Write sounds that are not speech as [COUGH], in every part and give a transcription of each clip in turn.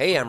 I'm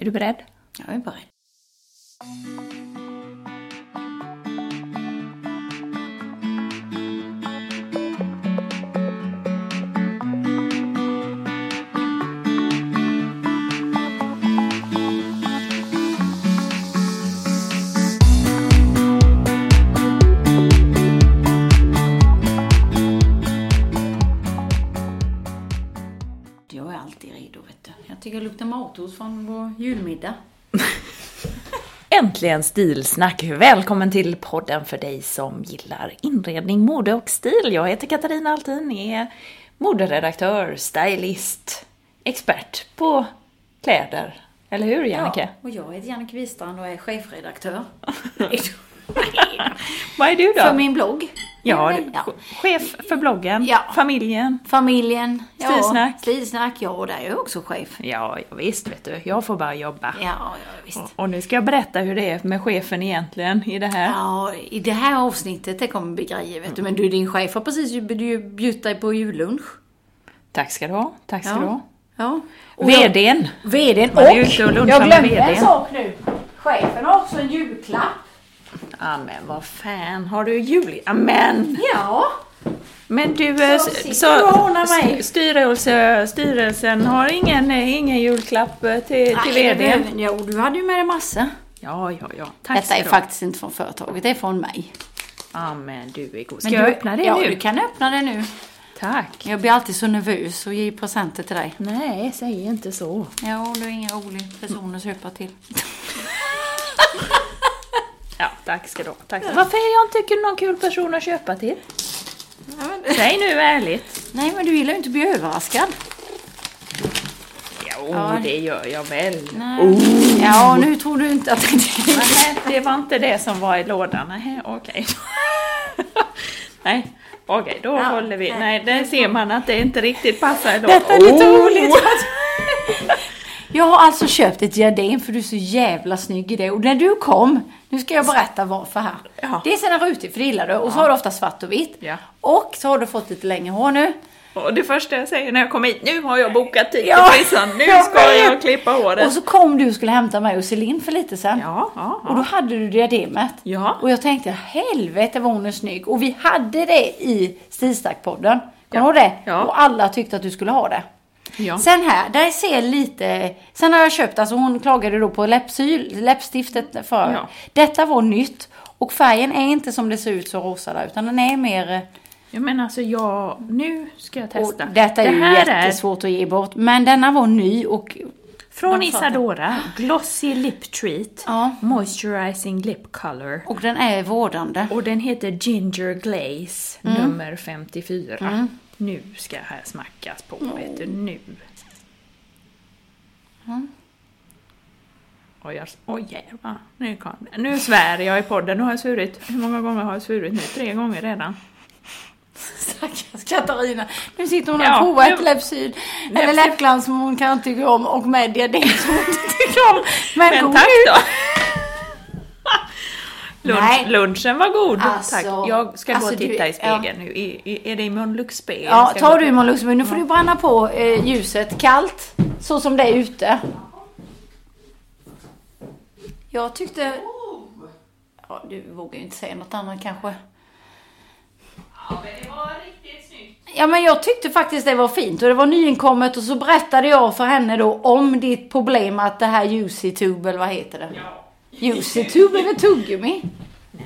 Är du beredd? Jag är beredd. Jag är alltid redo, vet du. Jag tycker det luktar matos från vår julmiddag. Äntligen stilsnack! Välkommen till podden för dig som gillar inredning, mode och stil. Jag heter Katarina Altin, är moderedaktör, stylist, expert på kläder. Eller hur Jannike? och jag heter Jannike Wistrand och [LAUGHS] är chefredaktör. Vad är du då? För min blogg. ja, Eller? ja. chef för bloggen, Ja. familjen. Familjen. ja. Stilsnack. Stilsnack, ja, och där är jag också chef. Ja, visst vet du. Jag får bara jobba. Ja, ja visst. Och nu ska jag berätta hur det är med chefen egentligen i det här. Ja, i det här avsnittet det kommer bli grejer, vet du. Men du, din chef har precis ju- ju bjudit dig på jullunch. Tack ska du ha, tack ska du ha. Ja. Och jag- VDn! VDn och... Man är ju ute och lunchar jag glömde med VDn. en sak nu. Chefen har också en julklapp. Ja men vad fan, har du jul? Amen! Ja. Men du, eh, Så s- sitter du och hånar mig. s- styrelse, styrelsen har ingen, eh, ingen julklapp eh, till, till Nej, VDn? det- Jo, du hade ju med dig massa. Ja, ja, ja. Tack Detta ska är du ha. faktiskt inte från företaget, det är från mig. Ja men du är god. Ska Men jag du- öppna det ja, nu? du kan öppna det nu. Tack! Jag blir alltid så nervös och ger presenter till dig. Nej, säg inte så. Ja, du är ingen rolig person att köpa till. Ja, tack ska du ha. Tack ska. du ha. Varför är jag inte någon kul person att köpa till? Säg nu ärligt. Nej, men du gillar ju inte att bli överraskad. Jo, Ja. det gör jag väl. Nej. Ja, nu tror du inte att det är... Nej, det var inte det som var i lådan. Nej, [LAUGHS] okej. Nej, okej, då håller vi. Nej, där ser man att det inte riktigt passar Oh! i lådan. Detta är lite roligt. Oh. Jag har alltså köpt ett diadem för du är så jävla snygg i det. Och när du kom, nu ska jag berätta varför här. Ja. Det är sina rutor för det gillar du. Och så har du ofta svart och vitt. Ja. Och så har du fått lite längre hår nu. Och det första jag säger när jag kommer hit, nu har jag bokat tid Ja, till frissan, nu jag ska jag vet. klippa håret. Och så kom du och skulle hämta mig och Celine för lite sen. Ja, ja, ja. Och då hade du diademet. Ja. Och jag tänkte, helvete vad hon är snygg. Och vi hade det i Stilstack-podden. Kommer du ihåg det? Ja. Och alla tyckte att du skulle ha det. Ja. Sen här, där ser lite... Sen har jag köpt, alltså hon klagade då på läppsyl, läppstiftet för. Ja. Detta var nytt. Och färgen är inte som det ser ut så rosa där, utan den är mer... eh, Jag menar alltså, jag, nu ska jag Och testa. detta är Det ju här jättesvårt att ge bort. Men denna var ny och... Från Jag fattar. Isadora, Glossy Lip Treat, Ja. Moisturizing Lip Color. Och den är vårdande. Och den heter Ginger Glaze Mm. nummer 54. Nu ska det här smackas på, Mm. vet du, nu. Mm. Och jag, oj jävlar, nu kom det. Nu svär jag i podden, nu har jag svurit. Hur många gånger har jag svurit nu? Tre gånger redan. [LAUGHS] Stackars Katarina. Nu sitter hon och Ja, provar ett nu- läppsyl. Eller läppglans som hon kan tycka om och med diadem som hon inte tycker om. Men, Men god tack jul. då! Lunch, Nej. Lunchen var god, Alltså, tack. Jag ska gå alltså och du- titta i ja. spegeln nu. Är, är- är det i munlucksspegel? Ja, Ska jag tar gå- du Malou Luxemburg, nu får du bränna på eh, ljuset kallt. Så som det är ute. Jag tyckte... Ja, du vågar ju inte säga något annat kanske. Ja, men det var riktigt snyggt. Ja, men jag tyckte faktiskt det var fint och det var nyinkommet och så berättade jag för henne då om ditt problem att det här Juicy-tube, eller vad heter det? [LAUGHS] Juicy-tube eller tuggummi? Nej.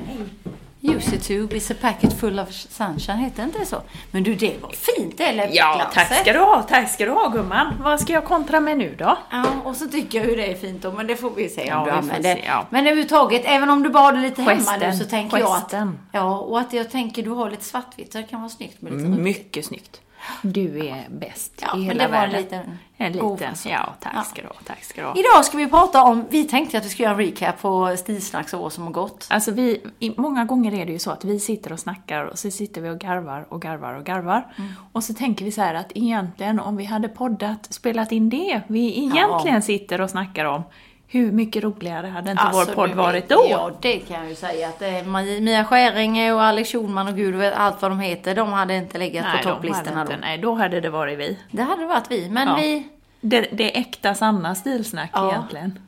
Juicy-tube is a packet full of sunshine, heter inte det så? Men du, det var fint det Ja, läppglaset. tack ska du ha, tack ska du ha gumman. Vad ska jag kontra med nu då? Ja, och så tycker jag ju det är fint då, men det får vi se om Ja, du vi får använder. se, ja. Men överhuvudtaget, även om du bara har det lite hemma nu Gesten, så tänker jag att... gesten. Ja, och att jag tänker du har lite svartvitt, så det kan vara snyggt med lite Mm, rött. Mycket snyggt. Du är bäst Ja, i men hela det var en världen. liten- en god liten. fason. Ja, tack Ja. ska du ha, tack ska du ha. Idag ska vi prata om, vi tänkte att vi skulle göra en recap på Stilsnacks år som har gått. Alltså vi, i- många gånger är det ju så att vi sitter och snackar och så sitter vi och garvar och garvar och garvar. Mm. Och så tänker vi så här att egentligen om vi hade poddat, spelat in det vi egentligen sitter och snackar om, hur mycket roligare hade inte vår podd du varit vet, då? Ja, det kan Alltså, jag ju säga. Att eh, Maj- Mia Skäringe och Alex Schulman och gud vet allt vad de heter, de hade inte legat nej, på de hade topplistorna då. inte, nej, då hade det varit vi. Det hade varit vi, men Ja. vi... Det, det är äkta sanna stilsnack Ja. egentligen.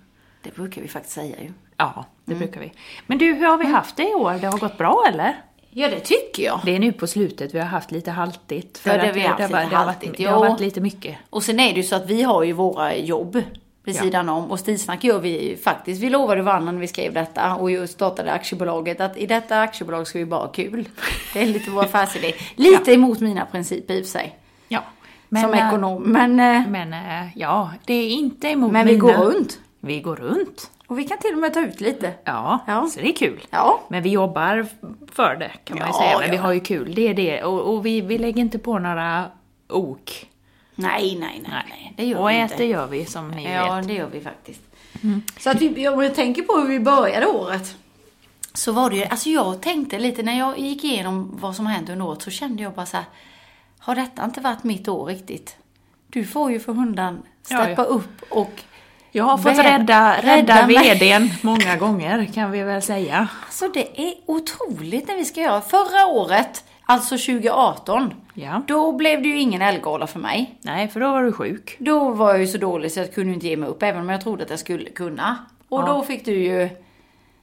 Det brukar vi faktiskt säga ju. Ja, det Mm. brukar vi. Men du, hur har vi haft det i år? Det har gått bra eller? Ja, det tycker jag. Det är nu på slutet vi har haft lite haltigt. Ja, det att har vi haft har lite varit- det har haltigt, varit, det har varit jo. lite mycket. Och sen är det ju så att vi har ju våra jobb vid Ja. sidan om och Stilsnack gör vi ju faktiskt. Vi lovade varandra när vi skrev detta och ju startade aktiebolaget att i detta aktiebolag ska vi bara ha kul. Det är lite [LAUGHS] vår affärsidé. Lite emot mina principer i och för sig. Ja. som eh, ekonom. Men, eh, Men eh, ja, det är inte emot Men vi mina. går runt. Vi går runt. och vi kan till och med ta ut lite. Ja, Ja. så det är kul. Ja. Men vi jobbar f- för det kan man ju Ja, säga. Men ja. vi har ju kul, det är det. Och, och vi, vi lägger inte på några ok. Nej, nej, nej, nej. Det gör och vi äter inte. gör vi som ni Ja, vet. Mm. det gör vi faktiskt. Så att vi, om vi tänker på hur vi började året. Så var det ju, alltså jag tänkte lite när jag gick igenom vad som hände under året så kände jag bara så här, har detta inte varit mitt år riktigt? Du får ju för hundan Ja, ja. steppa upp och Jag har fått Vä- rädda, rädda rädda mig. vdn många gånger kan vi väl säga. Alltså det är otroligt när vi ska göra. Förra året, alltså 2018, Ja. då blev det ju ingen elgala för mig. Nej, för då var du sjuk. Då var jag ju så dålig så jag kunde ju inte ge mig upp även om jag trodde att jag skulle kunna. Och då fick du ju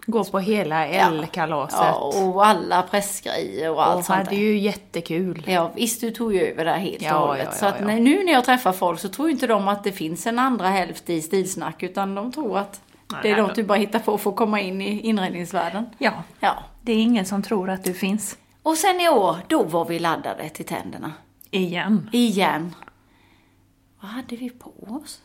Gå på hela L-kalaset. Ja, och alla pressgrejer och allt och sånt hade där. ju jättekul. Ja, visst du tog ju över där helt Ja, och hållet. ja, ja, så att ja. när- nu när jag träffar folk så tror ju inte de att det finns en andra hälft i stilsnack utan de tror att det är Nej, något du bara hittar på för att komma in i inredningsvärlden. Ja. Ja. Det är ingen som tror att du finns. Och sen i år, då var vi laddade till tänderna. Igen. Igen. Vad hade vi på oss?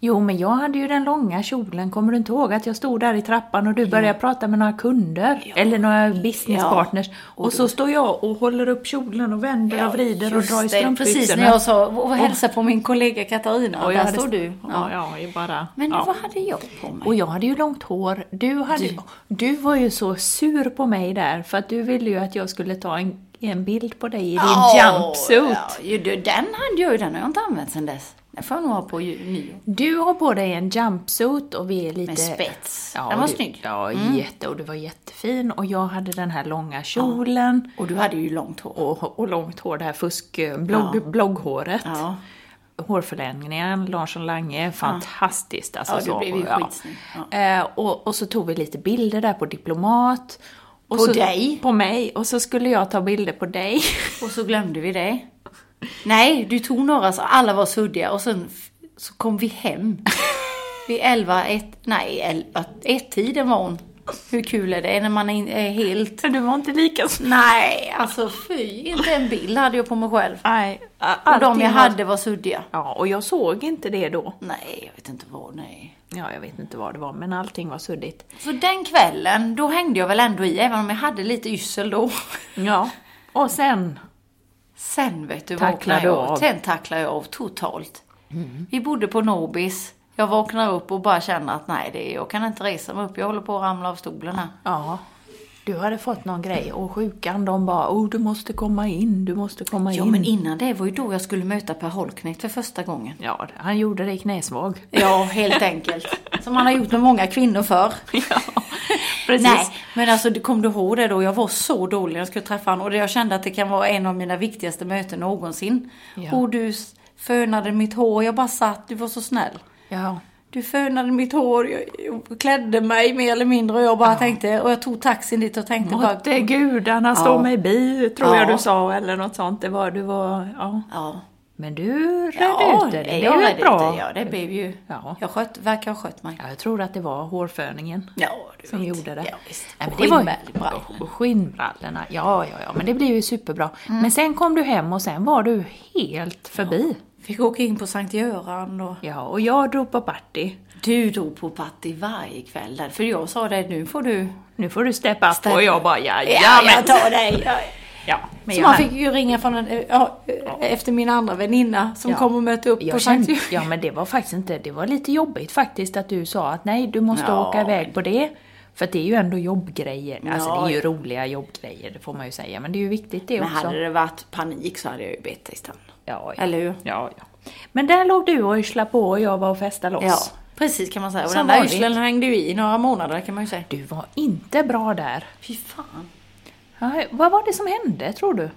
Jo, men jag hade ju den långa kjolen. Kommer du inte ihåg att jag stod där i trappan och du började prata med några kunder? Eller några businesspartners. Och, så står jag och håller upp kjolen och vänder och vrider och Just drar i det, strumpbyxorna. Precis när jag sa, och hälsa på min kollega Katarina. Och jag där hade- står du. Ja, ja, jag bara... Men ja. vad hade jag på mig? Och jag hade ju långt hår. Du, hade, du. var ju så sur på mig där för att du ville ju att jag skulle ta en, en bild på dig i din jumpsuit. Ja, ju, du, den hade jag ju, den har jag inte använt sedan dess. Den får jag nog ha på ju- nyår. Du har på dig en jumpsuit och vi är lite... Med spets. Den var du, snygg. Mm. Ja, jätte. Och du var jättefin. Och jag hade den här långa kjolen. Och du hade ju långt hår. Och, och långt hår, det här fusk... eh, Blogg, Blogghåret. Ja. Hårförlängningen, Larsson Lange, fantastiskt. Alltså, Ja, du så, blev ju ja. skitsnygg. Eh, och, och så tog vi lite bilder där på Diplomat. Och På så, dig? På mig. Och så skulle jag ta bilder på [LAUGHS] dig. Och så glömde vi det. Nej, du tog några så alla var suddiga och sen f- så kom vi hem. Vid 11, 1, nej 11, 1 tiden var hon. Hur kul är det när man är in- är helt... Du var inte lika snygg. Nej, alltså fy, inte en bild hade jag på mig själv. Nej, a- Och de allting jag var- hade var suddiga. Ja, och jag såg inte det då. Nej, jag vet inte vad, nej. Ja, jag vet inte vad det var, men allting var suddigt. Så den kvällen, då hängde jag väl ändå i, även om jag hade lite yrsel då. Ja. Och sen? Sen vet du, Tacklade vaknade jag av. Mm. Sen tacklade jag av totalt. Vi bodde på Nobis. Jag vaknar upp och bara känner att nej, det är, jag kan inte resa mig upp. Jag håller på att ramla av stolen här. Ja. Du hade fått någon grej och sjukan de bara oh, du måste komma in, du måste komma Ja, in. men innan det var ju då jag skulle möta Per Holknekt för [LAUGHS] första gången. Ja, han gjorde dig knäsvag. Ja, helt enkelt. Som han har gjort med många kvinnor förr. [LAUGHS] Ja, precis. Nej, men alltså du- kom du ihåg det då? Jag var så dålig när jag skulle träffa honom och det- jag kände att det kan vara en av mina viktigaste möten någonsin. Ja. Och du s- fönade mitt hår, jag bara satt, du var så snäll. Ja. Du fönade mitt hår, jag, jag klädde mig mer eller mindre och jag bara tänkte, och jag tog taxin dit och tänkte bara... Måtte gudarna stå Ja. mig bi, tror jag Ja. du sa, eller något sånt. Det var, du var, ja. Ja, Men du redde ut det, det jag är ju redde bra. ut det, Ja, det blev ju... Ja. Jag skött, verkar ha skött mig. Ja, jag tror att det var hårföningen Ja, du som vet. gjorde det. Ja, visst. Nej, men Och det var ju- skinnbrallorna. Och skinnbrallorna. Ja, ja, ja, men det blev ju superbra. Men sen kom du hem och sen var du helt förbi. Fick åka in på Sankt Göran och... Ja, och jag drog på party. Du drog på party varje kväll där, för jag sa det, nu får du... Nu får du steppa upp Steppa. och jag bara ja, Ja, men. jag tar dig! [LAUGHS] Ja, Ja. men Så jag, man fick ju ringa från en, ja, efter min andra väninna som Ja. kom och mötte upp på jag Sankt kände, Göran. ja men det var faktiskt inte, det var lite jobbigt faktiskt att du sa att nej du måste Ja, åka iväg på det. För att det är ju ändå jobbgrejer, alltså Ja, det är ju ja. roliga jobbgrejer, det får man ju säga. Men det är ju viktigt det Men också. hade det varit panik så hade jag ju bett dig stanna. Ja, ja. Eller hur? Ja, ja. Men där låg du och yrslade på och jag var och festade loss. Ja, precis kan man säga. Och Som den där vanligt. yrslen hängde ju i några månader kan man ju säga. Du var inte bra där. Fy fan. Ja, vad var det som hände tror du?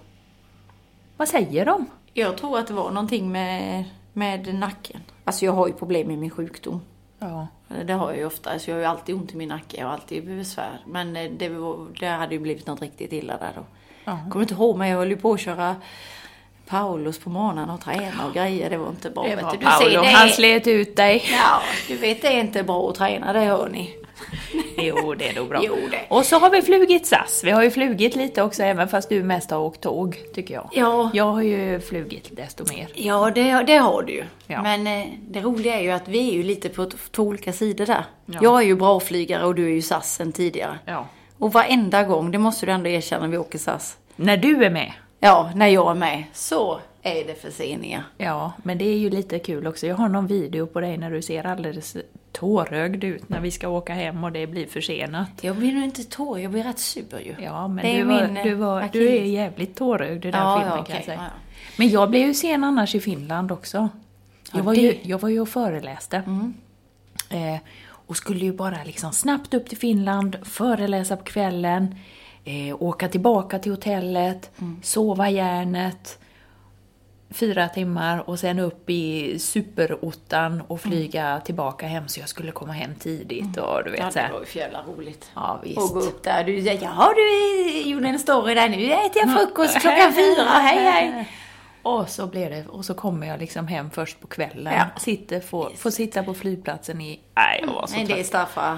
Vad säger de? Jag tror att det var någonting med, med nacken. Alltså jag har ju problem med min sjukdom. Ja. Det har jag ju ofta. Alltså jag har ju alltid ont i min nacke. Jag har alltid besvär. Men eh, det, var, det hade ju blivit något riktigt illa där då. Kommer inte ihåg men jag höll ju på att köra Paulus på morgonen och träna och grejer. Det var inte bra. Det vet var du. Du Paolo, ser, det är- han slet ut dig. Ja, du vet det är inte bra att träna, det hör ni. Jo, det är nog bra. Jo, det. Och så har vi flugit SAS. Vi har ju flugit lite också, även fast du mest har åkt tåg, tycker jag. Ja. Jag har ju flugit desto mer. Ja, det, det har du ju. Ja. Men eh, det roliga är ju att vi är ju lite på t- två olika sidor där. Jag är ju bra flygare och du är ju SAS sen tidigare. Ja. Och varenda gång, det måste du ändå erkänna, vi åker SAS. När du är med. Ja, när jag är med så är det förseningar. Ja, men det är ju lite kul också. Jag har någon video på dig när du ser alldeles tårögd ut när vi ska åka hem och det blir försenat. Jag blir nog inte tår, jag blir rätt sur ju. Ja, men Det är du, var, min, eh, du, var, du är akilles. jävligt tårögd i den Ja, filmen ja, kan jag okej, säga. ja, ja. Men jag blev ju sen annars i Finland också. Jag var det- ju, jag var ju och föreläste. Mm. Eh, och skulle ju bara liksom snabbt upp till Finland, föreläsa på kvällen, eh, åka tillbaka till hotellet, Mm. sova järnet, fyra timmar och sen upp i superottan och Mm. flyga tillbaka hem så jag skulle komma hem tidigt och du vet Ja, så det här. var ju för jävla roligt. Ja, visst. Och gå upp där, du säger jaha du gjorde en story där, nu äter jag frukost klockan fyra, hej hej. [LAUGHS] Och så blev det, och så kommer jag liksom hem först på kvällen. Ja. Sitter, får, får sitta på flygplatsen i... Nej, jag var så Nej, trött. det straffar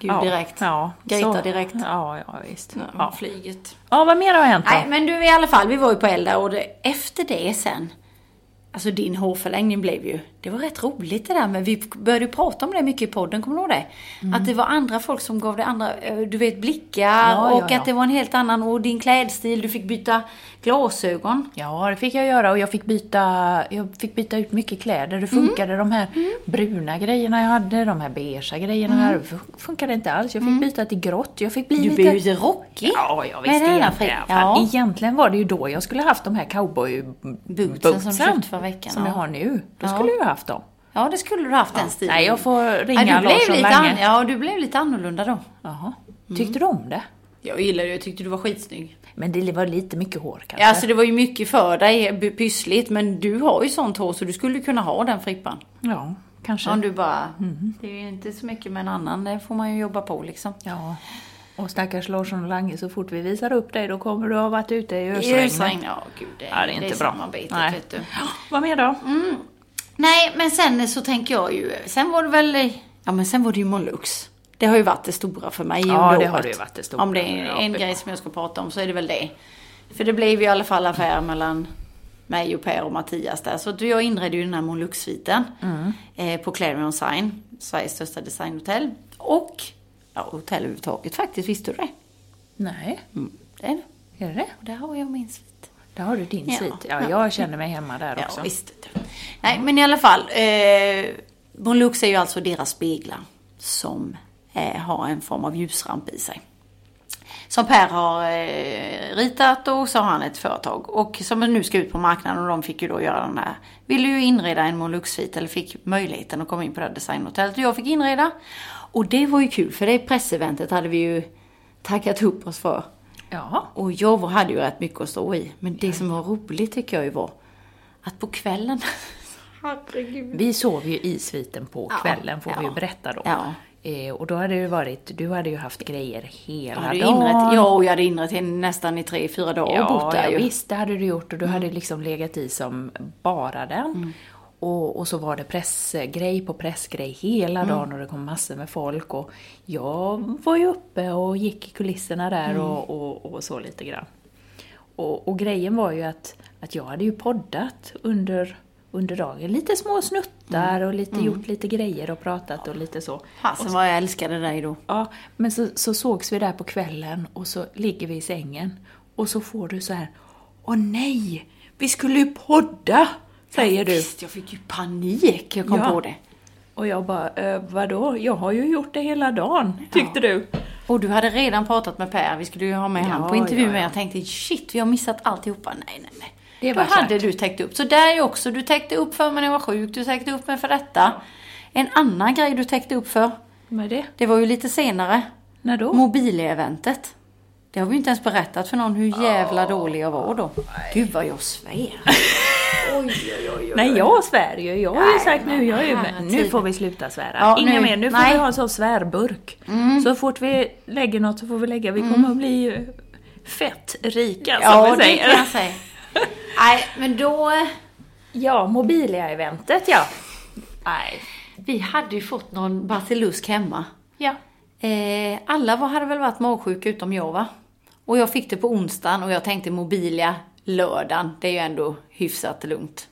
Gud ja, direkt. Ja, Greta så- direkt. Ja, ja visst. Ja, Ja, flyget. Ja, vad mer har hänt då? Nej, men du i alla fall, vi var ju på Elda och det, efter det sen. Alltså din hårförlängning blev ju, det var rätt roligt det där men vi började ju prata om det mycket i podden, kommer du ihåg det? Att det var andra folk som gav dig andra, eh, du vet blickar Ja, och ja, att ja. det var en helt annan, och din klädstil, du fick byta glasögon. Ja, det fick jag göra och jag fick byta, jag fick byta ut mycket kläder. Det funkade de här bruna grejerna jag hade, de här beigea grejerna jag hade. fun- funkade inte alls. Jag fick byta till grått. Jag fick bli Du lite... blev ju lite rockig. Mm. Ja, jag Med visste den här egentligen. fri- Ja. Ja. Egentligen var det ju då jag skulle haft de här cowboybootsen Bootsen som du köpte förra veckan, Som jag ja. har nu. Då Ja. skulle jag haft dem. Ja, det skulle du haft den stilen. Nej, jag får ringa Ja, du blev Larsson lite Lange. an- Ja, du blev lite annorlunda då. Jaha. Tyckte du om det? Jag gillade det, jag tyckte du var skitsnygg. Men det var lite mycket hår kanske? Ja, alltså det var ju mycket för dig, b- pyssligt, men du har ju sånt hår så du skulle kunna ha den frippan. ja Mhm. kanske. Om du bara... Det är ju inte så mycket med en annan, det får man ju jobba på liksom. Ja. Och stackars Larsson och Lange, så fort vi visar upp dig då kommer du ha varit ute i Ösregn, ösregn. ja gud det, Ja, det är inte bra. samarbetet Nej. vet du. [GASPS] Vad mer då? Nej, men sen så tänker jag ju, sen var det väl, ja men sen var det ju Molux. Det har ju varit det stora för mig Ja, under det har året. det ju varit det stora. Om det är en Ja. grej som jag ska prata om så är det väl det. För det blev ju i alla fall affär mellan mig och Per och Mattias där. Så att jag inredde ju den här Molux-sviten Mm. eh, på Clarion Sign, Sveriges största designhotell. Och, ja, hotell överhuvudtaget faktiskt, visste du det? Nej, Mm, det är det. är det det Och där har jag min svit. Där har du din Ja. svit. Ja, jag känner mig hemma där också. Ja, visst. Nej, men i alla fall. Eh, Bonlux är ju alltså deras speglar som eh, har en form av ljusramp i sig. Som Per har eh, ritat och så har han ett företag och som nu ska ut på marknaden och de fick ju då göra den här. Ville ju inreda en Monlux-svit eller fick möjligheten att komma in på det här designhotellet och jag fick inreda. Och det var ju kul för det presseventet hade vi ju tackat upp oss för. Ja. Och jag var- hade ju rätt mycket att stå i. Men det som var roligt tycker jag ju var att på kvällen [LAUGHS] Herregud. Vi sov ju i sviten på Ja, kvällen, får vi ja. ju berätta då. Ja. Eh, och då hade det ju varit, du hade ju haft grejer hela Hade dagen. inrett, ja, och jag hade inrett henne nästan i tre, fyra dagar och bott där ja, ju. Mm. visst, det hade du gjort och du hade liksom legat i som bara den. Och, och så var det pressgrej på pressgrej hela Mm. dagen och det kom massor med folk. Och jag var ju uppe och gick i kulisserna där Mm. och, och, och så lite grann. Och, och grejen var ju att, att jag hade ju poddat under, under dagen. Lite små snuttar Mm. och lite, gjort lite grejer och pratat och lite så. Fasen vad jag älskade dig då. Ja, men så, så sågs vi där på kvällen och så ligger vi i sängen och så får du så här Åh nej, vi skulle ju podda! Säger du. Visst, jag fick ju panik. Jag kom Ja. på det. Och jag bara, äh, vadå? Jag har ju gjort det hela dagen, tyckte du. Och du hade redan pratat med Per. Vi skulle ju ha med Ja, han på intervju. ja, ja. Men jag tänkte shit, vi har missat alltihopa. Nej, nej, nej. Det Då var klart. hade du täckt upp. Så där är också, du täckte upp för mig när jag var sjuk. Du täckte upp mig för detta. En annan grej du täckte upp för. Med det? Det var ju lite senare. När då? Mobileventet. Det har vi ju inte ens berättat för någon hur jävla dålig jag var då. Gud vad jag svär. nej, jag svär ju. Jag har ju Nej, sagt nu, men jag är ju med. herregud. Nu får vi sluta svära. Ja, Inga nu- mer. Nu får nej. Mm. vi ha en sån svärburk. Så fort vi lägger något så får vi lägga. Vi kommer att bli eh, fett rika, som vi Ja, det säger. kan jag säga. [LAUGHS] Nej, men då... eh, Ja, Mobilia-eventet ja. Nej. Vi hade ju fått någon basilusk hemma. Ja. Eh, alla var, hade väl varit magsjuka utom jag va? Och jag fick det på onsdagen och jag tänkte Mobilia lördagen, det är ju ändå hyfsat lugnt.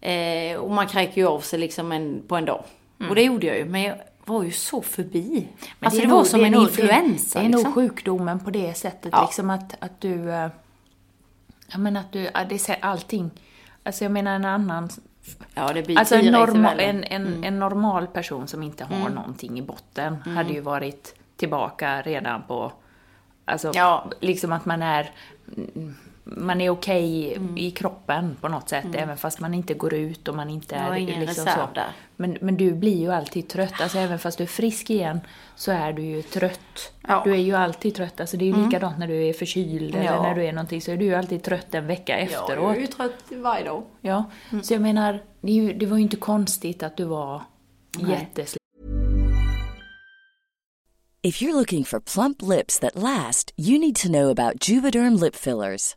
Eh, och man kräker ju av sig liksom en, på en dag. Och det gjorde jag ju, men jag var ju så förbi. alltså Mm. det, var som en influensa Det är nog liksom. sjukdomen på det sättet Ja. liksom att, att du... eh, Ja men att du, ja, det är allting. Alltså jag menar en annan... Ja, det blir Alltså en, pirr i norma, tabellen. en, en, en normal person som inte har Mm. någonting i botten hade ju varit tillbaka redan på... Alltså Ja. liksom att man är... mm, Man är okej Mm. i kroppen på något sätt, även fast man inte går ut och man inte Jag har är Mm. ingen liksom reserv så. där. Men, men du blir ju alltid trött. Alltså även fast du är frisk igen så är du ju trött. Ja. Mm. Du är ju alltid trött. Alltså det är ju likadant när du är förkyld eller Ja. när du är någonting så är du ju alltid trött en vecka efteråt. Ja, trött varje dag. Mm. Så jag menar, det, är ju, det var ju inte konstigt att du var jättesliten. If you're looking for plump lips that last, you need to know about Juvederm lip fillers.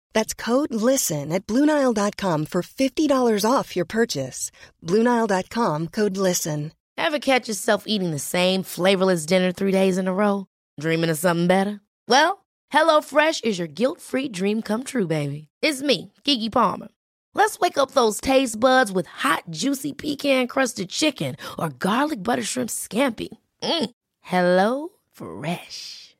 That's code LISTEN at Bluenile.com for $50 off your purchase. Bluenile.com code LISTEN. Ever catch yourself eating the same flavorless dinner three days in a row? Dreaming of something better? Well, HelloFresh is your guilt free dream come true, baby. It's me, Kiki Palmer. Let's wake up those taste buds with hot, juicy pecan crusted chicken or garlic butter shrimp scampi. Mm. Hello Fresh.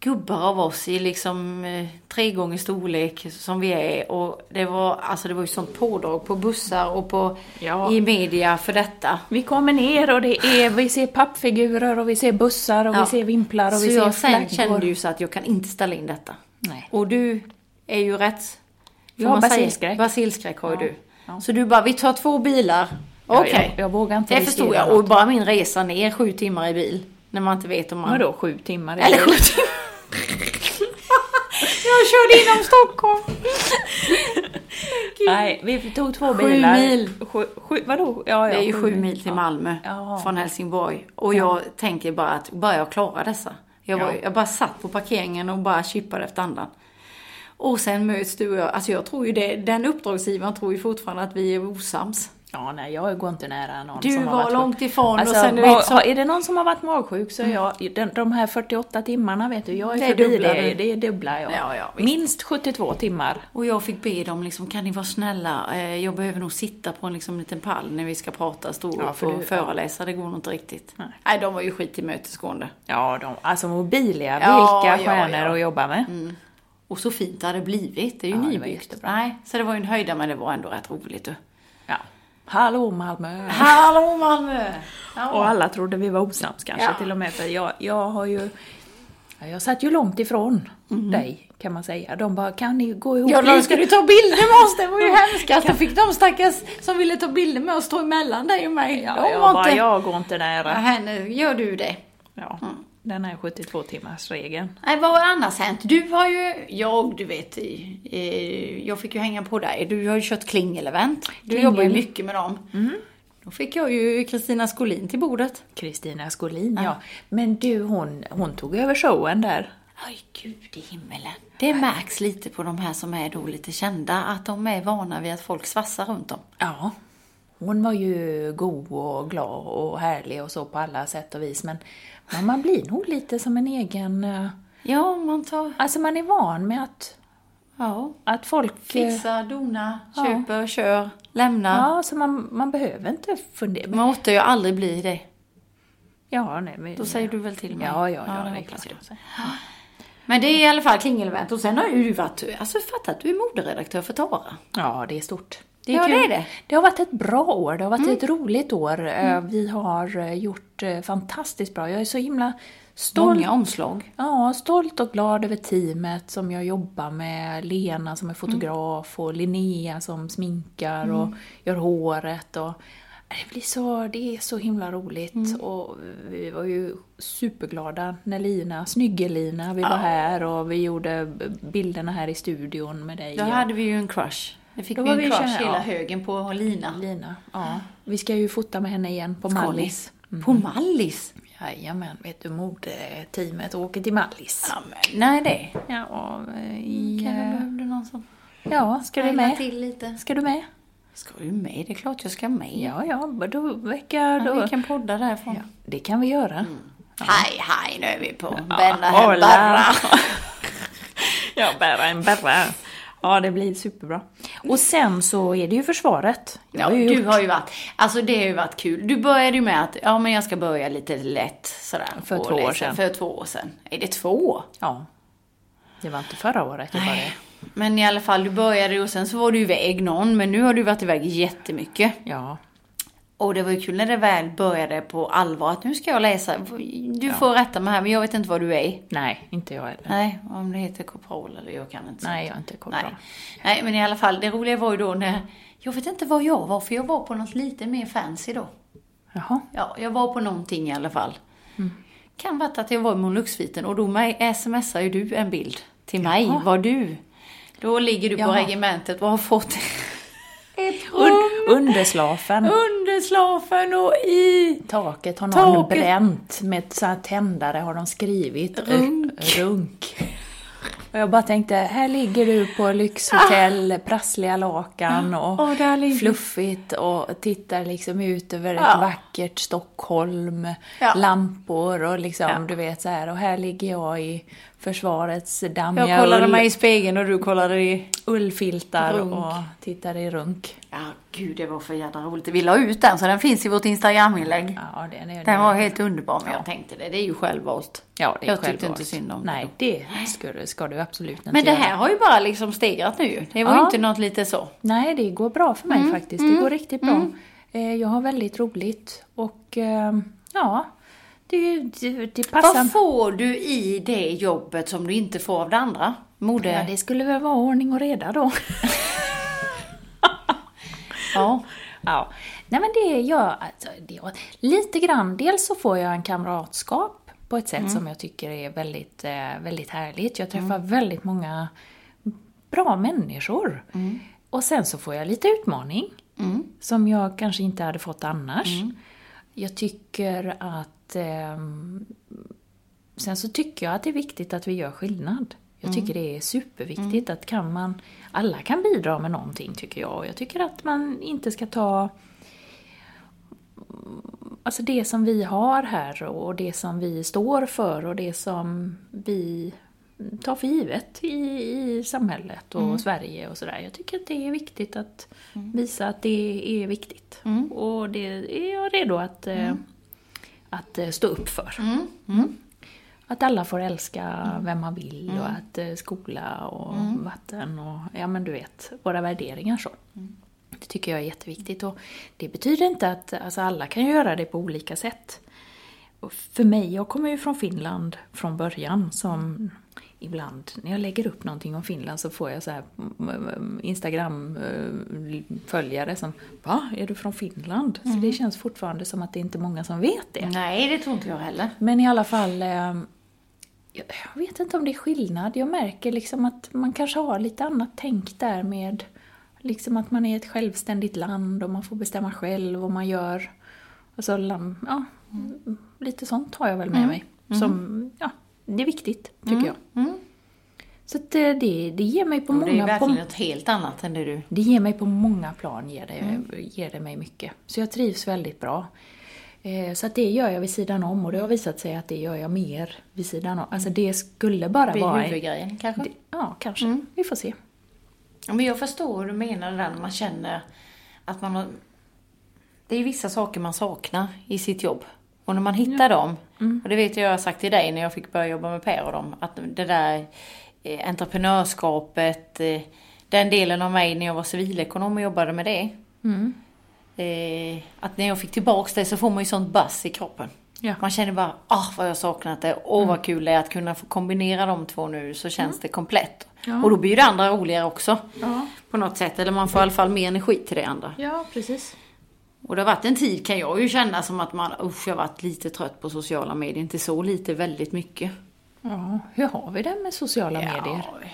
gubbar av oss i liksom eh, tre gånger storlek som vi är. Och det var, alltså det var ju sånt pådrag på bussar och på, Ja. i media för detta. Vi kommer ner och det är, vi ser pappfigurer och vi ser bussar och Ja. vi ser vimplar och så vi ser jag flaggor. sen kände ju så att jag kan inte ställa in detta. Nej. Och du är ju rätt... Jag får har man säga? basilskräck. Basilskräck har ju Ja. du. Ja. Så du bara, vi tar två bilar. Ja, Okej. jag- jag vågar inte Det riskera förstod jag. något. Och bara min resa ner sju timmar i bil. När man inte vet om man... Vadå sju timmar? i Eller bil? sju [LAUGHS] timmar. jag körde inom [LAUGHS] Stockholm. Nej, vi tog två Sju bilar. mil. Sju, sju, vadå? Ja, ja, Det är ju sju mil till Ja. Malmö Ja. från Helsingborg. Och jag tänker bara att bara jag klarar dessa. Jag, var, Ja. jag bara satt på parkeringen och bara chippade efter andan. Och sen möts du och jag. Alltså jag tror ju det, den uppdragsgivaren tror ju fortfarande att vi är osams. Ja, nej, jag går inte nära någon Du som har var varit långt sjuk. ifrån och alltså, sen liksom- du har- vet så- har- Är det någon som har varit magsjuk så är jag, de, de här 48 timmarna vet du, jag är Mm. Det är förbi dubbla det. du. Det är dubbla jag. Ja, ja, visst. Minst 72 timmar. Och jag fick be dem liksom, kan ni vara snälla? Eh, Jag behöver nog sitta på en liksom, liten pall när vi ska prata, stå Ja, upp för och du- föreläsa. Det går nog inte riktigt. Nej. Nej, de var ju skit i mötesgående. Ja, de, alltså Mobilia, Ja, vilka ja, stjärnor ja. Mm. att jobba med. Och så fint det hade blivit. Det är ju Ja, det var nybyggt. jättebra. Nej, så det var ju en höjda men det var ändå rätt roligt du. Ja. Hallå Malmö! Hallå Malmö! Ja. Och alla trodde vi var osams kanske Ja. till och med, för jag, jag har ju... ja, Jag satt ju långt ifrån dig, kan man säga. De bara, kan ni gå ihop Mm. Ja, de lite?" skulle ta bilder med oss, det [LAUGHS] var ju hemskt. Då fick de stackars som ville ta bilder med oss stå emellan dig och mig. Ja, de jag, var bara, inte... Mm. jag går inte Ja, nära. henne, gör du det? Ja, den här 72 timmars regeln. Nej, vad har annars hänt? Du har ju, jag, du vet, eh, jag fick ju hänga på dig. Du har ju kört klingelevent. Du Klingel. jobbar ju mycket med dem. Då fick jag ju Kristina Skolin till bordet. Kristina Skolin, ja. Men du, hon, hon tog över showen där. Aj, gud i himmelen. Det märks lite på de här som är då lite kända, att de är vana vid att folk svassar runt dem. Ja. Hon var ju god och glad och härlig och så på alla sätt och vis, men, men man blir nog lite som en egen... eh, Ja, man tar, Alltså man är van med att, ja, att folk... eh, fixar, donar, köper, kör, lämnar. Ja, så man, man behöver inte fundera. Man åter ju aldrig bli det. Ja, nej, men, Då säger du väl till mig? Ja, ja, ja, det det är hoppas klart jag. jag säger. Men det är i alla fall klingelevent. Och sen har ju du varit, alltså fatta att du är moderedaktör för Tara. Ja, det är stort. Det Ja, kul. det är Mm. det. Det har varit ett bra år, det har varit ett roligt år. Eh, Mm. Vi har eh, gjort eh, fantastiskt bra. Jag är så himla stolt. Många omslag. Ja, stolt och glad över teamet som jag jobbar med. Lena som är fotograf och Linnea som sminkar och Mm. gör håret. Och Äh, det, blir så, det är så himla roligt. Mm. Och vi var ju superglada när Lina, snygge-Lina, vi var här och vi gjorde bilderna här i studion med dig. Då och- hade vi ju en crush. Det fick Då vi var en vi crush kära, hela ja. högen på Lina. Lina, ja. Vi ska ju fota med henne igen på Mallis. Mm. Mallis. På Mallis? Jajamän, vet du, modeteamet åker till Mallis. Ja, Mm, men, nej det. Ja, och, eh, i, Kanske eh, behövde någon som ja ska du Hejla med? till lite. Ska du med? Ska du med? Det är klart jag ska med. Ja, ja, men då vecka Ja, då. Vi kan podda därifrån. Mm. Ja, det kan vi göra. Hej, hej, nu är vi på hola. Bella ja, [LAUGHS] Ja, bära en bära. Ja, det blir superbra. Och sen så är det ju försvaret. Jag Ja, har ju du gjort- har ju varit, alltså det har ju varit kul. Du började ju med att, ja men jag ska börja lite lätt sådär. För och två år läsa. sedan. För två år sedan. Är det två? Ja. Det var inte förra året, det var det. Men i alla fall, du började ju och sen så var du iväg någon, men nu har du varit iväg jättemycket. Ja. Och det var ju kul när det väl började på allvar att nu ska jag läsa. Du får rätta mig här, men jag vet inte vad du är. Nej, inte jag heller. Nej, om det heter korpral eller jag kan inte. Nej, sånt. jag är inte korpral. Nej. Nej, men i alla fall, det roliga var ju då när, jag vet inte vad jag var, för jag var på något lite mer fancy då. Jaha. Ja, jag var på någonting i alla fall. Mm. Kan vara att jag var i Moluxviten och då mig- smsar ju du en bild till mig, var du. Då ligger du på Jaha. regementet och har fått [LAUGHS] Um. Un- underslafen. underslafen och i Taket har någon Taket. bränt med ett sånt här tändare har de skrivit. Runk. Runk. Och jag bara tänkte, här ligger du på lyxhotell, prassliga lakan och Ah! Åh, där ligger- fluffigt och tittar liksom ut över ett Ja. vackert Stockholm, Ja. lampor och liksom, Ja. du vet så här. Och här ligger jag i försvarets dammiga Jag kollade ull, mig i spegeln och du kollade i... ullfiltar Runk. och tittar i runk. Ja, Gud, det var för jädra roligt. Vi la ut den, så den finns i vårt Instagram-inlägg. Ja, den är, Den var helt underbar, men jag tänkte det. Det är ju självvalt. ja, det är jag tyckte självvalt. inte synd om det Nej, det ska du, ska du absolut inte Men det göra. här har ju bara liksom stegrat nu. Det var ju Ja. inte något lite så. Nej, det går bra för mig faktiskt. Det går riktigt bra. Eh, Jag har väldigt roligt och eh, ja, det, det, det passar. Vad får du i det jobbet som du inte får av det andra? Mode? Ja, det skulle väl vara ordning och reda då. Ja. Ja, nej men det gör alltså, det, lite grann. Dels så får jag en kamratskap på ett sätt som jag tycker är väldigt, eh, väldigt härligt. Jag träffar väldigt många bra människor. Och sen så får jag lite utmaning som jag kanske inte hade fått annars. Jag tycker att ehm, Sen så tycker jag att det är viktigt att vi gör skillnad. Jag tycker det är superviktigt att kan man, alla kan bidra med någonting tycker jag. Och jag tycker att man inte ska ta alltså det som vi har här och det som vi står för och det som vi tar för givet i, i samhället och Sverige och sådär. Jag tycker att det är viktigt att visa att det är viktigt. Och det är jag redo att, eh, att eh, stå upp för. Att alla får älska vem man vill och att eh, skola och vatten och ja men du vet, våra värderingar så. Det tycker jag är jätteviktigt och det betyder inte att alltså, alla kan ju göra det på olika sätt. Och för mig, jag kommer ju från Finland från början som ibland när jag lägger upp någonting om Finland så får jag så här mm, mm, Instagram-följare som Va? Är du från Finland? Så det känns fortfarande som att det är inte många som vet det. Nej, det tror inte jag heller. Men i alla fall, eh, jag jag vet inte om det är skillnad. Jag märker liksom att man kanske har lite annat tänk där med liksom att man är ett självständigt land och man får bestämma själv vad man gör. Alltså, lam- ja, lite sånt har jag väl Mm. med mig. Som, ja, det är viktigt, tycker jag. Så att eh, det, det ger mig på Mm. Det är ju många... På, verkligen något helt annat än det du... det ger mig på många plan, ger det, Mm. ger det mig mycket. Så jag trivs väldigt bra. Eh, Så att det gör jag vid sidan om och det har visat sig att det gör jag mer vid sidan om. Alltså det skulle bara Vid Mm. vara... en- huvudgrejen kanske? Det- Ja, kanske. Vi får se. Ja, Men jag förstår hur du menar det där när man känner att man har... Det är ju vissa saker man saknar i sitt jobb. Och när man hittar dem, och det vet jag jag har sagt till dig när jag fick börja jobba med Per och dem, att det där eh, entreprenörskapet, eh, den delen av mig när jag var civilekonom och jobbade med det. Eh, att när jag fick tillbaks det så får man ju sånt bass i kroppen. Ja. Man känner bara, ah vad jag har saknat det, åh vad kul det är att kunna få kombinera de två nu så känns det komplett. Och då blir det andra roligare också. På något sätt, eller man får i alla fall mer energi till det andra. Ja, precis. Och det har varit en tid kan jag ju känna som att man, usch jag har varit lite trött på sociala medier, inte så lite, väldigt mycket. Ja, hur har vi det liksom- med sociala medier? Ja.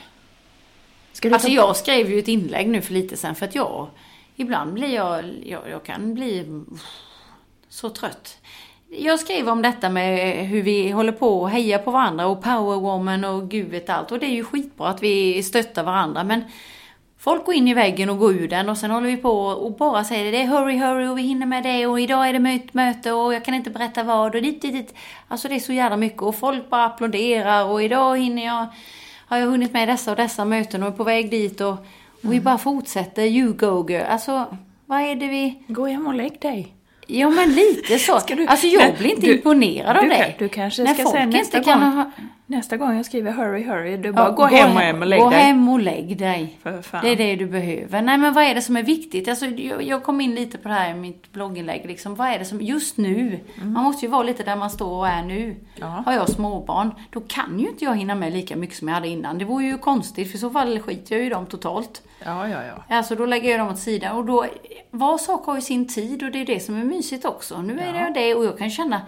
Ska du Alltså ta- jag skrev ju ett inlägg nu för lite sen för att jag Ibland blir jag, jag, jag kan bli så trött. Jag skrev om detta med hur vi håller på och hejar på varandra och powerwoman och gud vet allt. Och det är ju skitbra att vi stöttar varandra men Folk går in i väggen och går ur den och sen håller vi på och bara säger det är hurry hurry och vi hinner med det och idag är det mö- möte och jag kan inte berätta vad och dit dit dit. Alltså det är så jävla mycket och folk bara applåderar och idag hinner jag, har jag hunnit med dessa och dessa möten och är på väg dit och, och vi bara fortsätter, you go girl. Alltså vad är det vi... Gå hem och lägg dig. Ja men lite så. Ska du- Alltså jag Nej, blir inte du- imponerad av du, det. kan- Du kanske När ska folk säga inte nästa gång, kan ha- nästa gång jag skriver hurry hurry, du bara Ja, gå, hem och hem och lägg gå dig. hem och lägg dig. För fan. Det är det du behöver. Nej men vad är det som är viktigt? Alltså, jag, jag kom in lite på det här i mitt blogginlägg. Liksom, vad är det som, just nu. Man måste ju vara lite där man står och är nu. Mm. Ja. Har jag småbarn, då kan ju inte jag hinna med lika mycket som jag hade innan. Det vore ju konstigt för i så fall skiter jag ju i dem totalt. Ja, ja, ja. Alltså då lägger jag dem åt sidan och då, var sak har ju sin tid och det är det som är mysigt också. Nu är det det och jag kan känna,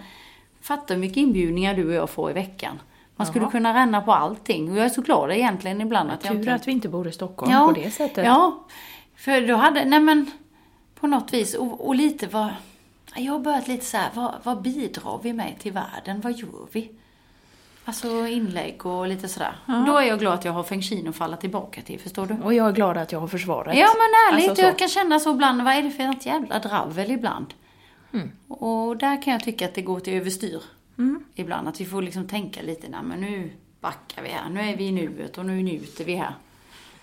fatta hur mycket inbjudningar du och jag får i veckan. Man skulle kunna ränna på allting och jag är så glad egentligen ibland att jag Tur inte... att vi inte bor i Stockholm på det sättet. Ja, för då hade, nej men på något vis och, och lite vad, jag har börjat lite så här, vad, vad bidrar vi med till världen? Vad gör vi? Alltså inlägg och lite sådär. Då är jag glad att jag har feng shin att falla tillbaka till, förstår du? Och jag är glad att jag har försvarat. Ja men ärligt, Alltså så. jag kan känna så ibland. Vad är det för något jävla dravel ibland? Mm. Och där kan jag tycka att det går till överstyr. Ibland att vi får liksom tänka lite, nej men nu backar vi här. Nu är vi i nuet och nu njuter vi här.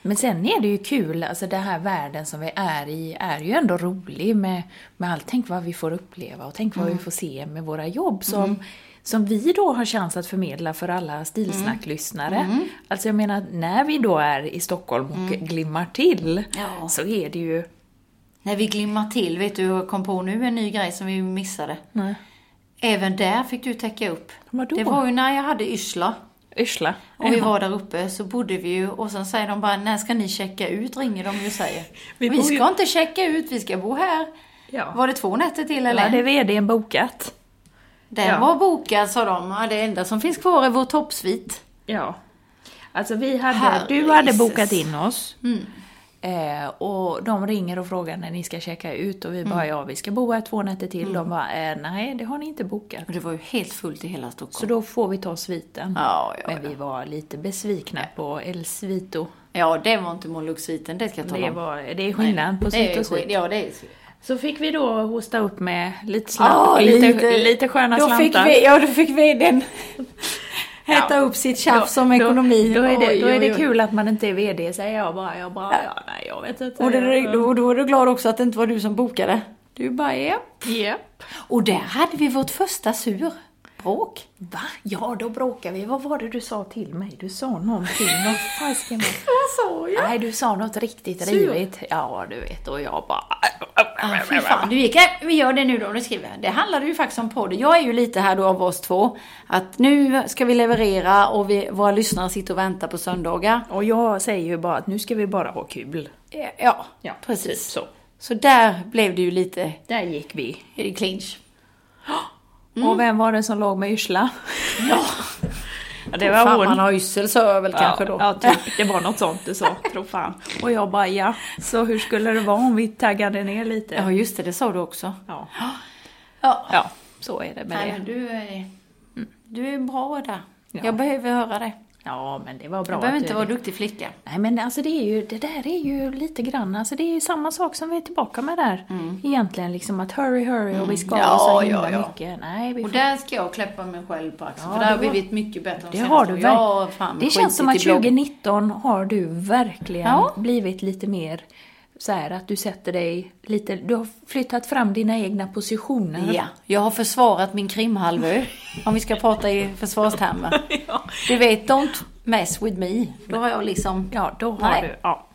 Men sen är det ju kul, alltså den här världen som vi är i är ju ändå rolig med, med allt. Tänk vad vi får uppleva och tänk vad Mm. vi får se med våra jobb som, som vi då har chans att förmedla för alla stilsnacklyssnare. Mm. Alltså jag menar, när vi då är i Stockholm och glimmar till Ja. så är det ju När vi glimmar till, vet du, jag kom på nu en ny grej som vi missade. Även där fick du täcka upp. Vadå? Det var ju när jag hade yrsla. yrsla. Och vi var där uppe så bodde vi ju och sen säger de bara när ska ni checka ut ringer de ju [LAUGHS] och säger. Vi, bor ska ju- inte checka ut, vi ska bo här. Ja. Var det två nätter till eller? Ja, det är VDn bokat. Den Ja. var bokad sa de. Ja, det enda som finns kvar är vår toppsvit. Ja. Alltså vi hade, Mm. Herre du hade Jesus. bokat in oss. Eh, och de ringer och frågar när ni ska checka ut och vi bara ja vi ska bo här två nätter till. De bara eh, nej det har ni inte bokat. Och det var ju helt fullt i hela Så Stockholm. då får vi ta sviten. Ja, ja, Men vi var lite besvikna på El Svito. Ja, det var inte Molluxviten, det ska jag tala Det, om. var, det är skillnad på Det svit är och svit. skit. Ja, det är skit. Så fick vi då hosta upp med lite, slant, Ja, lite, lite, sköna då slantar. Fick vi, ja, då fick vi den heta upp sitt tjafs om ekonomi. Då, då, är det, Oj, då är oj, det oj. kul att man inte är VD säger jag bara. Jag bara ja, nej jag vet inte. Och jag, det- då, då var du glad också att det inte var du som bokade. Du bara, japp. Japp. Och där hade vi vårt första sur. Bråk. Va? Ja, då bråkar vi. Vad var det du sa till mig? Du sa någonting. Vad fan ska man... [LAUGHS] Vad sa jag? Nej, du sa något riktigt rivigt. Ja, du vet. Och jag bara... Ah, fy fan, du gick, Nej, vi gör det nu då, nu skriver jag. Det handlade ju faktiskt om podden. Jag är ju lite här då av oss två. Att nu ska vi leverera och vi, våra lyssnare sitter och väntar på söndagar. Och jag säger ju bara att nu ska vi bara ha kul. Ja, Ja, precis. typ så. Så där blev det ju lite Där gick vi. i clinch. Och vem var det som låg med yrsla? Ja. [LAUGHS] Ja, det var fan, hon. man har yrsel sa jag väl kanske då. Ja, typ. Det var något sånt du sa, tro fan. Och jag bara, ja. Så hur skulle det vara om vi taggade ner Ja, lite? just det, det sa du också. Ja, Ja. ja så är det med Nej, det. men du är, mm, du är bra där. Ja. Jag behöver höra det. Ja, men det var bra Jag behöver att inte du- vara duktig flicka. Nej men alltså det, är ju, det där är ju lite grann, alltså det är ju samma sak som vi är tillbaka med där. Egentligen liksom att hurry hurry och vi ska Mm. Ja, och så ja, himla ja. mycket. Nej, vi Och får, där ska jag kläppa mig själv på axeln, Ja, för där har det vi var- blivit mycket bättre det de har du åren. Jag har verkligen. fan det känns som att skitit i blogg. 2019 har du verkligen Ja. blivit lite mer så här att du sätter dig lite, du har flyttat fram dina egna positioner. Ja, jag har försvarat [LAUGHS] min krimhalvö. Om vi ska prata i försvarstermer. Du vet, don't mess with me. Då har jag liksom... Ja, då har Nej. du, ja.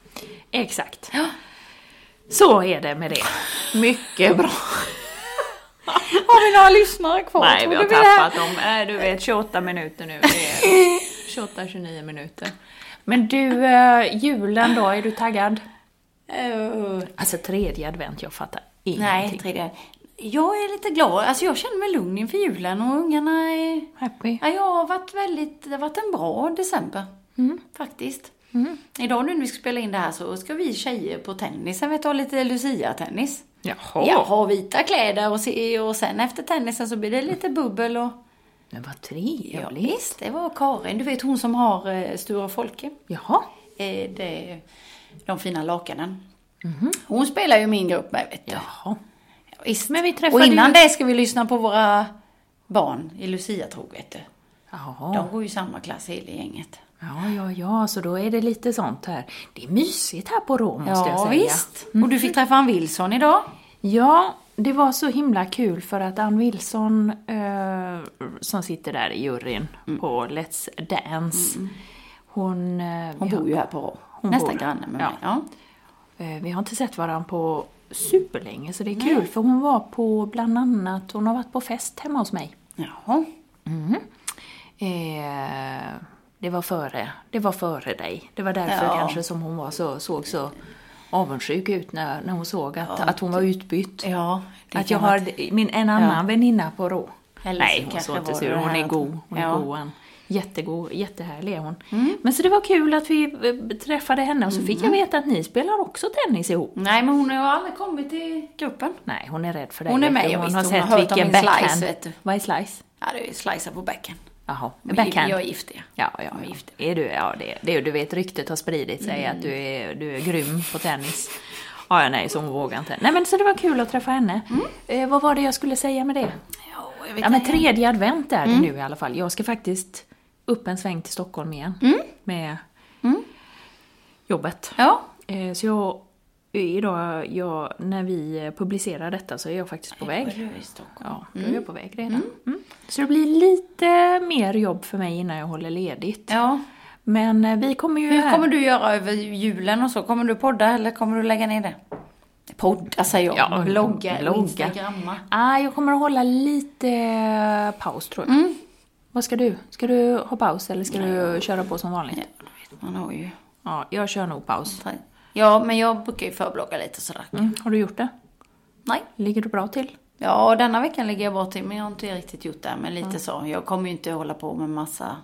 Exakt. Så är det med det. Mycket bra. Har vi några lyssnare kvar? Nej, Tror vi har du det här? tappat dem. Nej, du vet, 28 minuter nu. Det [LAUGHS] är 28, 29 minuter. Men du, eh, julen då, är du taggad? Eh, Alltså tredje advent, jag fattar ingenting. nej, tredje. Jag är lite glad. Alltså jag känner mig lugn inför julen och ungarna är... Happy. Ja, jag har varit väldigt... Det har varit en bra december. Mm. Faktiskt. Idag nu när vi ska spela in det här så ska vi tjejer på tennisen. Vi tar lite Lucia-tennis. Jaha. Jag har vita kläder och, se- och sen efter tennisen så blir det lite bubbel och... Men vad Ja, trevligt. visst, det var Karin. Du vet hon som har eh, Stora Folke. Jaha. Eh, det, de fina lakanen. Mhm. Hon spelar ju min grupp med, vet du. Jaha. Visst. Men vi och träffade innan ju... det ska vi lyssna på våra barn i Lucia-tro, vet du. Jaha. De går ju i samma klass hela gänget. Ja, ja, ja, så då är det lite sånt här. Det är mysigt här på Rå, måste jag Ja, säga. visst. Mm. Och du fick träffa Ann Wilson idag. Ja, det var så himla kul för att Ann Wilson eh, som sitter där i juryn Mm. på Let's Dance, hon... Eh, Hon vi, bor ju här på Rå. Hon Nästan bor- granne med ja. mig. Ja. har, eh, vi har inte sett varandra på superlänge så det är kul för hon var på bland annat, hon har varit på fest hemma hos mig. Jaha. Eh, det var före, det var före dig. Det var därför Ja. kanske som hon var så, såg så avundsjuk ut när, när hon såg att, att hon var utbytt. Ja, det Att jag kan har vara- d- min, en annan väninna på Rå. Eller så Nej, hon kanske såg inte var sur. det Hon här är att- god. Hon Ja. Mm. är god. Ann. Jättegod, jättehärlig är hon. Men så det var kul att vi eh, träffade henne och så fick jag veta att ni spelar också tennis ihop. Nej, men hon har aldrig kommit till gruppen. Nej, hon är rädd för dig. Hon är vet med, du. jag hon visste. har Hon sett har hört om vilken min slice, backhand. vet du. Vad är slice? Ja, det är slicer på bäcken. Jaha, Men backhand. Jag är gift, ja. Ja, ja. Jag är gift. Är du, ja det, det, du vet, ryktet har spridit sig att du är, du är grym på tennis. Ja, ja, nej, så hon vågar inte. Nej, men så det var kul att träffa henne. Eh, vad var det jag skulle säga med det? Mm. Ja, jag vet Ja men inte. tredje advent är det nu i alla fall. Mm. Jag ska faktiskt upp en sväng till Stockholm igen. Med jobbet. Ja. Eh, Så jag är då, jag, när vi publicerar detta så är jag faktiskt på väg. Ja, då är jag på väg redan. Mm. Så det blir lite mer jobb för mig innan jag håller ledigt. Ja. Men eh, vi kommer ju Hur här... kommer du göra över julen och så? Kommer du podda eller kommer du lägga ner det? Podda säger jag. Ja, blogga, blogga. blogga. Instagramma. Ah, jag kommer att hålla lite eh, paus tror jag. Mm. Vad ska du? Ska du ha paus eller ska du köra på som vanligt? Man har ju... Ja, jag kör nog paus. Ja, men jag brukar ju förblogga lite och sådär. Mm. Har du gjort det? Nej. Ligger du bra till? Ja, denna veckan ligger jag bra till, men jag har inte riktigt gjort det. Men lite Mm. så. Jag kommer ju inte hålla på med massa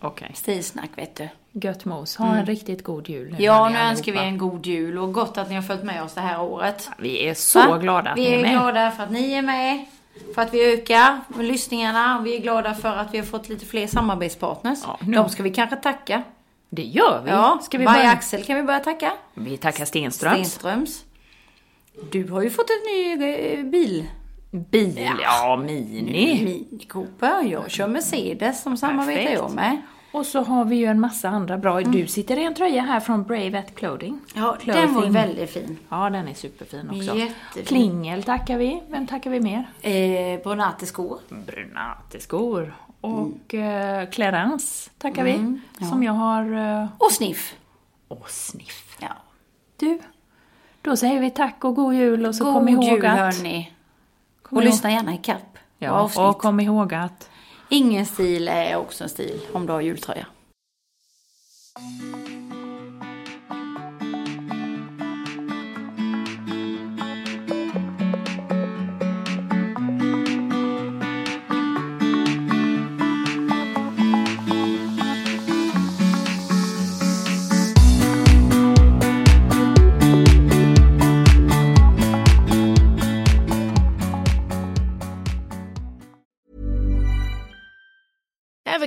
Okej. stilsnack, vet du. Gött mos. Ha en riktigt god jul nu. Mm. Ja, hörni, nu önskar vi allihopa. en god jul och gott att ni har följt med oss det här året. Vi är så Va? glada att Vi ni är, är med. glada för att ni är med, för att vi ökar med lyssningarna och vi är glada för att vi har fått lite fler samarbetspartners. Ja, nu- De ska vi kanske tacka. Det gör vi. Ja, Ska vi Varje börja? Axel kan vi börja tacka. Vi tackar Stenströms. Stenströms. Du har ju fått en ny eh, bil. Bil. Ja, Mini. Mini Cooper. Jag kör Mercedes som samarbetar Perfekt. jag med. Och så har vi ju en massa andra bra. Mm. Du sitter i en tröja här från Brave at Clothing. Ja, den Clothing. var ju väldigt fin. Ja, den är superfin också. Jättefin. Klingel tackar vi. Vem tackar vi mer? Eh, Bonatti skor. Brunati-skor. Och eh, Clarence tackar Mm, vi. Som jag har... Eh, Och Sniff. och Sniff. Ja. Du. Då säger vi tack och god jul och så God kom ihåg jul att... hörni. Kom Och ihåg- lyssna gärna i kapp. Ja, avsnitt. och kom ihåg att... Ingen stil är också en stil om du har jultröja. Ever